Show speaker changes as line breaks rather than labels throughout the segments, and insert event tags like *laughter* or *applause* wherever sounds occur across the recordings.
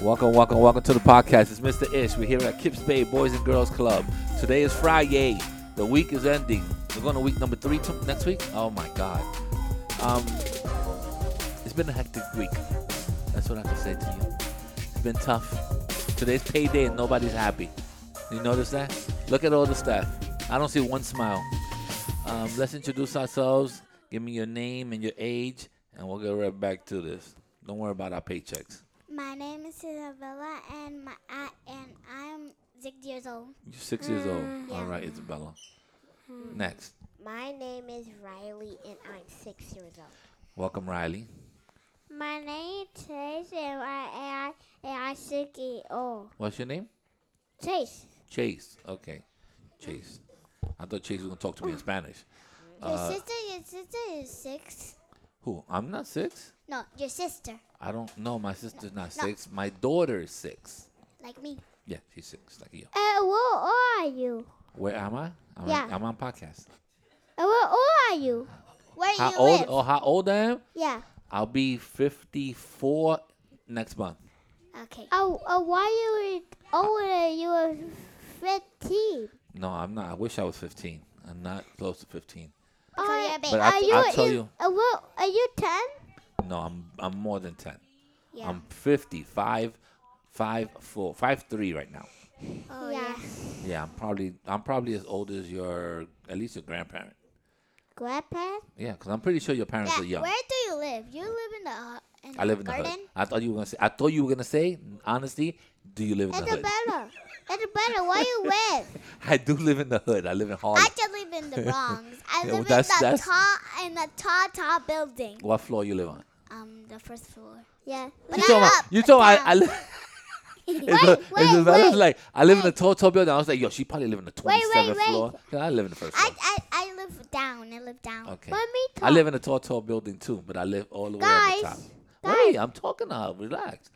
Welcome, welcome, welcome to the podcast. It's Mr. Ish. We're here at Kips Bay Boys and Girls Club. Today is Friday. The week is ending. We're going to week number three to next week. Oh my God. Um, it's been a hectic week. That's what I can say to you. It's been tough. Today's payday and nobody's happy. You notice that? Look at all the staff. I don't see one smile. Um, let's introduce ourselves. Give me your name and your age, and we'll get right back to this. Don't worry about our paychecks.
My name is Isabella, and my I, and I'm six years old.
You're six years old.
Mm,
All right, Isabella. Next.
My name is Riley, and I'm six years old.
Welcome, Riley.
My name is Chase, and I and I am six years old.
What's your name?
Chase.
Chase. Okay. Chase. I thought Chase was going to talk to me in Spanish.
Your
Uh,
sister, your sister is six.
Who? I'm not six.
No, your sister,
I don't know. My sister's not six. My daughter is six.
like me.
Yeah, she's six, like you.
Uh, where are you?
Where am I? I'm,
Yeah.
I'm on podcast.
Uh, where old are you? Where
How old? Oh, how old I am?
Yeah.
I'll be 54 next month.
Okay. Oh, uh, why you older? You were fifteen.
No, I'm not. I wish I was 15. I'm not close to 15.
Because
you're a baby.
But I-
are you,
I'll tell
is-
you.
Uh, where, are you ten?
No, I'm I'm more than 10.
Yeah.
I'm 55, 5, 4, 5, 3 right now.
Oh,
Yeah, I'm probably I'm probably as old as your at least your grandparent.
Grandpa.
Yeah, because I'm pretty sure your parents
Yeah,
are young.
Where do you live? You live in the uh, in
I live in the
garden.
hood. I thought you were gonna say. I thought you were gonna say. Honestly, do you live in
It's
the
a
hood?
better. It's a better. Where you live?
*laughs* I do live in the hood. I live in Harlem.
I just
*laughs*
live in the Bronx.
Yeah, well,
I live in
that's-
the
that's-
tall in the tall tall building.
What floor you live on?
Um, the first floor. Yeah.
You told me. You told me. I,
*laughs*
I *laughs* live.
wait, wait,
Isabella's
wait.
like, I live in a tall, tall building. I was like, yo, she probably live in the
Wait, wait,
27th
wait.
floor. Yeah, I live in the first
I,
floor.
I I live down. I live down.
Okay.
Mommy,
I live in a tall, tall building too, but I live all the way on
Guys,
the top. Wait, I'm talking to her. Relax.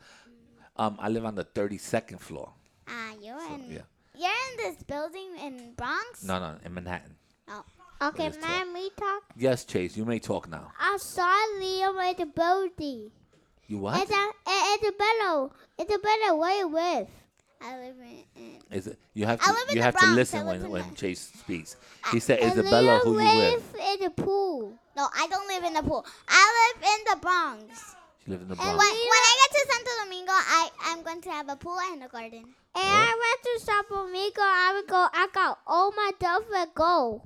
Um, I live on the 32nd floor.
Ah, you're in.
yeah.
You're in this building in Bronx.
No, no, in Manhattan.
Oh. Okay,
Let's talk.
mommy, talk.
Yes, Chase, you may talk now.
I saw Liam at the building.
You what?
It's a, it's a better, it's a better way with. I live in. in
Is it, you have
I
to
live in
you
the
have to
Bronx.
listen
I live
when,
in
when
the-
Chase speaks. He said, Isabella, who you with?
in the pool. No, I don't live in the pool. I live in the Bronx.
She lives in the
And when,
Bronx.
when I get to Santo Domingo, I I'm going to have a pool and a garden. And
I
went to Santo Domingo. I would go. I got all my stuff at go.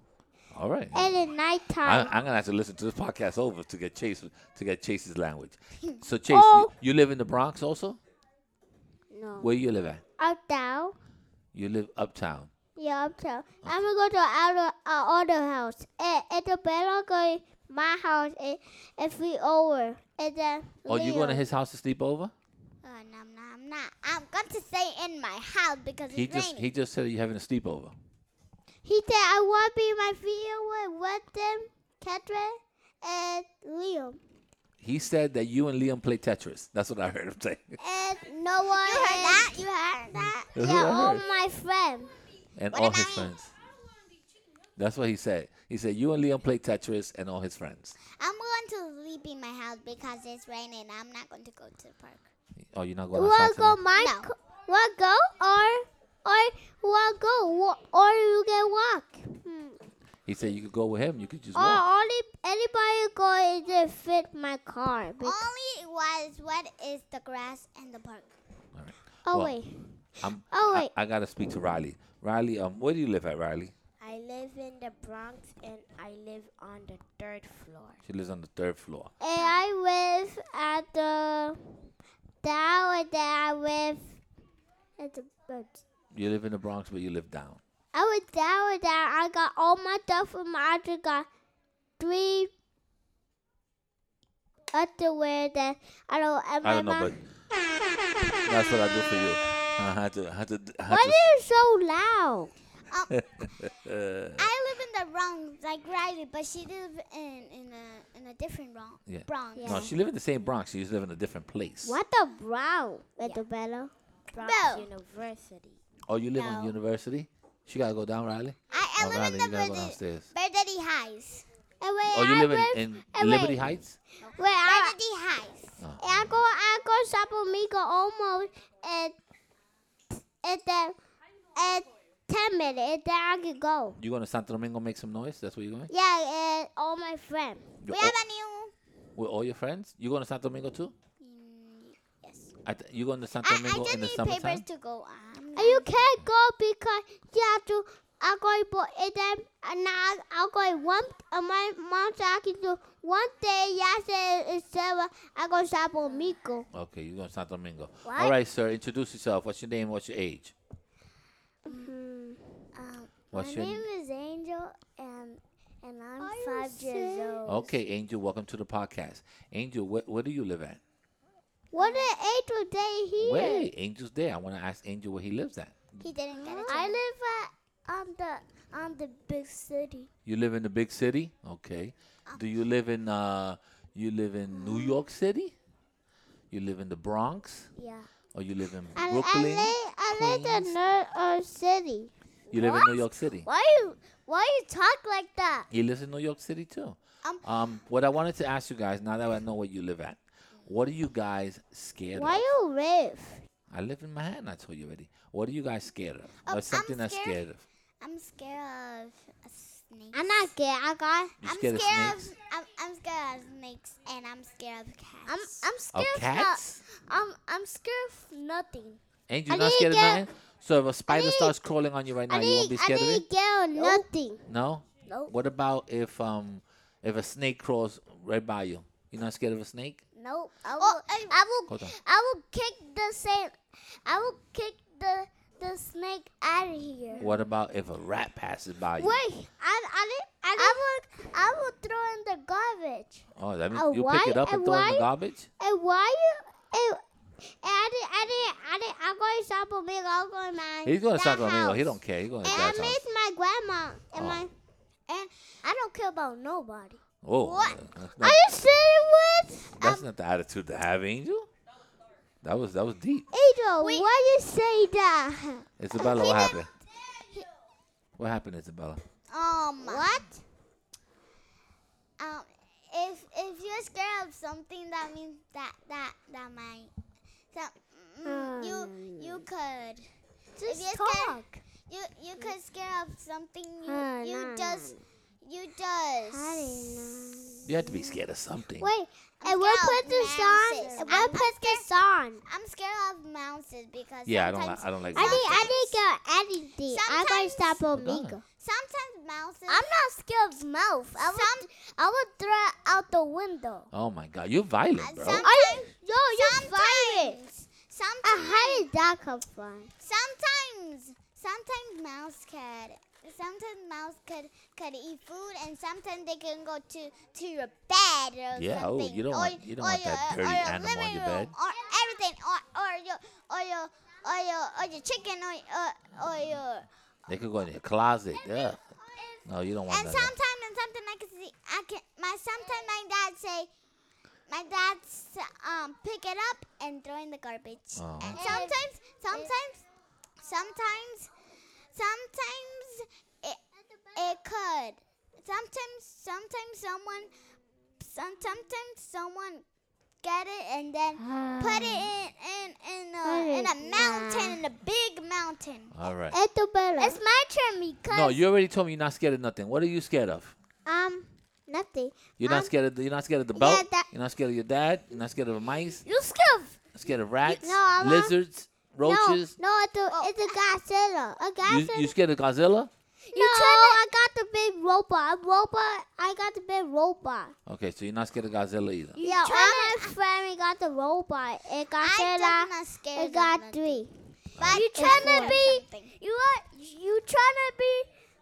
All right.
at
I,
nighttime.
I'm gonna have to listen to this podcast over to get Chase to get Chase's language. So Chase,
Oh.
you, you live in the Bronx also?
No.
Where you live at?
Up down.
You live uptown.
Yeah, up down. I'm gonna go to our our other house. It, it's a better go my house if, if we over. And then.
Oh, you going to
Leo.
his house to sleep over?
Uh, no, no, I'm not. I'm going to stay in my house because
He
it's
just
raining.
he just said you're having a sleepover.
He said I want to be my video with them, Catherine and Liam.
He said that you and Liam play Tetris. That's what I heard him
*laughs*
say.
And no one. You heard that? You heard that?
That's
*laughs* Yeah,
what I
all
heard.
my friends.
and
What
all
about
his
me?
friends. That's what he said. He said you and Liam play Tetris and all his friends.
I'm going to sleep in my house because it's raining. I'm not going to go to the park.
Oh, you're not going
We'll
outside
go
tonight?
my
No.
we'll go or or we'll go wa- or you can walk.
Hmm.
He said you could go with him. You could just
Or
walk.
only anybody go is to fit my car. Be-
Oh.
Only was what is the grass and the park.
All right.
Oh
well,
wait,
I'm,
Oh,
I-
wait.
I, gotta speak to Riley. Riley, um, where do you live at, Riley?
I live in the Bronx, and I live on the third floor.
She lives on the third floor.
and I live at the down and then I live at the but
You live in the Bronx, but you live down.
I was down and down. I got all my stuff from my I got three underwear that I don't. And my
I don't know,
mom,
but that's what I do for you. I had to, I had to, I had
Why
to
are you so loud?
uh,
I live in the Bronx, like Riley, but she lives in in a in a different Bronx.
Yeah.
Bronx.
No, she live in the same Bronx. She just live in a different place.
What the brown, little Bella?
Bronx
No.
University.
Oh, you live on
No.
University? She gotta go down, Riley.
I, I
oh,
live
Riley,
in
you
the
gotta go
Bernadette
downstairs.
Bernadette Highs.
And when
Oh, you
I
live in,
live-
in
and
Liberty
wait,
Heights?
Wait, I,
Bernadette Highs.
Oh.
I go, I go
goes Sapamico almost at at the at ten minutes. And then I can go.
You going to Santo Domingo make some noise? That's what you're going?
Yeah, and all my friends.
You
We
all-
have a
oh.
new.
with all your friends? You going to Santo Domingo too?
mm,
Yes.
I th- you going to Santo
I, I
Domingo
just
in the
need
summertime?
papers to go on.
And you can't go because you have to. I'm going but and then and now I'm going one. Uh, my mom said I can do one day. Yesterday is seven. I go Sapamico.
Okay, you going to Santo Domingo. All right, sir. Introduce yourself. What's your name? What's your age?
Mm-hmm. Um,
What's your
is Angel, and and I'm
Are you serious?
Okay, Angel, welcome to the podcast. Angel, wh- where do you live at?
What an angel day here.
Wait, Angel's there. I want to ask Angel where he lives at.
He didn't get it.
I live at
on the on the big city.
You live in the big city? Okay. Do you live in uh you live in New York City? You live in the Bronx?
Yeah.
Or you live in
I,
Brooklyn?
I live I live
Queens?
in North uh, City.
You live in New York City.
Why you why you talk like that?
He lives in New York City too.
Um,
Um what I wanted to ask you guys now that I know where you live at. What are you guys scared
Why
of?
you live?
I live in Manhattan, I told you already. What are you guys scared of?
Um,
What's
I'm
something that's
scared-
scared of?
I'm scared of a snake.
I'm not scared. I got.
You
I'm
scared
scared
of
of
snakes?
I'm, I'm scared of snakes and I'm scared of cats.
I'm I'm
Of
scared
cats?
I'm I'm scared of nothing.
And you're
I
not
didn't
scared of
get-
nothing? So if a spider
didn't-
starts crawling on you right now,
I
Oh, you won't
didn't.
be
I
scared of it?
didn't get nothing.
No?
Nope.
What about if um if a snake crawls right by you? You're not scared of a snake?
Nope. I will
Oh, I-
I will
Hold on.
I will kick the same I will kick the the snake out of here.
What about if a rat passes by you?
Wait, I I didn't, I, will I will throw in the garbage.
Oh, that means
A
you pick it
white-
up and
a
throw it in the
white-
garbage?
And why you? And, and I didn't. I didn't. I didn't. I'm going to stop on me. I'm going to my.
He's going to
that
Santo Domingo. He
house.
don't care. He's going to
And I
dad's house.
miss my grandma and
Oh.
my.
I don't care about nobody.
Oh, That's,
Are
not,
you serious? Um,
that's not the attitude to have, Angel. That was that was deep.
Angel, why you say that?
Isabella, what happened? What happened, Isabella?
oh
Um
What?
um if if you're scared of something that means that that that might so, mm, you you could if you're
Just
scared-
talk.
you you could scare up something you,
Huh,
you
nah.
just you just
You have to be scared of something.
Wait,
I'm
and we'll put
scared of
this
mouses.
on. and We'll
I'm
put this on.
I'm scared of mouses because
yeah, I don't
sometimes,
like I don't like
I
rats.
think I think uh, anything. I gotta
Sometimes-
stop on
Hold on.
Miko.
sometimes mouses
I'm not scared of mouth. I would
Some-
I would throw it out the window.
Oh my god, you're violent, bro.
some-
Are you? No, you're fired. Uh,
sometimes
how did that come from?
Sometimes, sometimes mouse could, sometimes mouse could could eat food, and sometimes they can go to to your bed or
Yeah, oh,
something.
you don't
or,
want- you don't
or
want that
your- or
dirty
your
animal on
living
your
room,
bed.
or everything, or or your or your or your or your chicken or or, or your.
They could go in your closet. Yeah. No, you don't want
And
that.
sometimes, and sometimes I can see, I can my sometimes my dad say, my dad s- um pick it up and throw in the garbage.
Oh.
And sometimes, sometimes, sometimes, sometimes it it could. Sometimes, sometimes someone, some, sometimes someone get it and then
Uh.
put it in in in a, in a mountain in a big mountain.
All right.
Etobella.
It's my turn because
No, you already told me you're not scared of nothing. What are you scared of?
Um, nothing.
You're not scared of the, you're not scared of the
yeah,
belt.
that-
you're not scared of your dad. You're not scared of mice.
You scared of
Not scared of rats,
no, I'm not-
lizards,
No,
roaches.
no, it's a,
Oh,
it's a Godzilla. A
You,
Godzilla.
you scared of Godzilla?
no, I got the big robot. A robot. I got the big robot.
Okay, so you're not scared of Godzilla either.
yeah, all my friends got the robot. It
I
Godzilla.
am not scared.
It
of
got
nothing.
three.
But
You
it's
tryna
good.
be-
Something.
you are you trying to be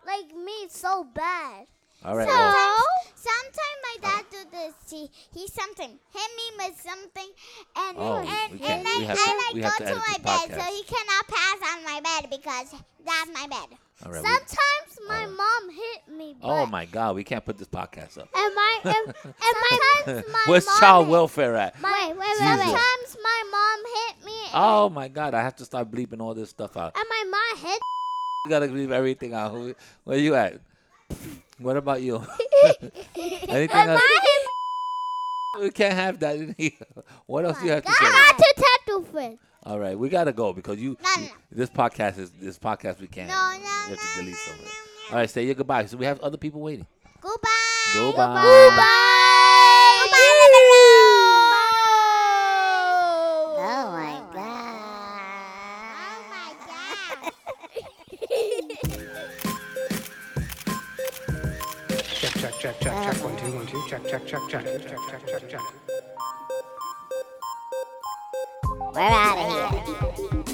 like me so bad.
All right. well,
Sometimes, sometimes my dad do this. He he something hit me with something, and
Oh,
and,
we
and
can't-
I
we have to-
and I
we
go
have to
to,
edit
my
this
bed, so
podcast.
he cannot pass on my bed because that's my bed.
all right. we-
Sometimes my
Alright.
mom hit me, but
oh my God, we can't put this podcast up.
And my
*laughs*
and, and my
sometimes my
Where's
mom
child welfare at?
wait wait wait
Jesus.
wait.
sometimes my mom hit me.
Oh my God, I have to start bleeping all this stuff out.
And my mom hit.
You gotta bleep everything out. Who- Where you *laughs*
*laughs*
at? What about you? Anything else? We can't have that in here. *laughs* What else you have to
I
say?
got to tattoo friend.
All right, we gotta go because you.
No, no,
you- This podcast is this podcast. We can't.
No, no,
we have
no,
to delete
no,
some of it.
no,
All right, say your goodbye. So we have other people waiting.
Goodbye.
Goodbye.
Oh my god.
Oh my God.
Check, check, check, check, check, one, two, one, two, check, check, check, check, check, check, check, check, check.
We're out of here.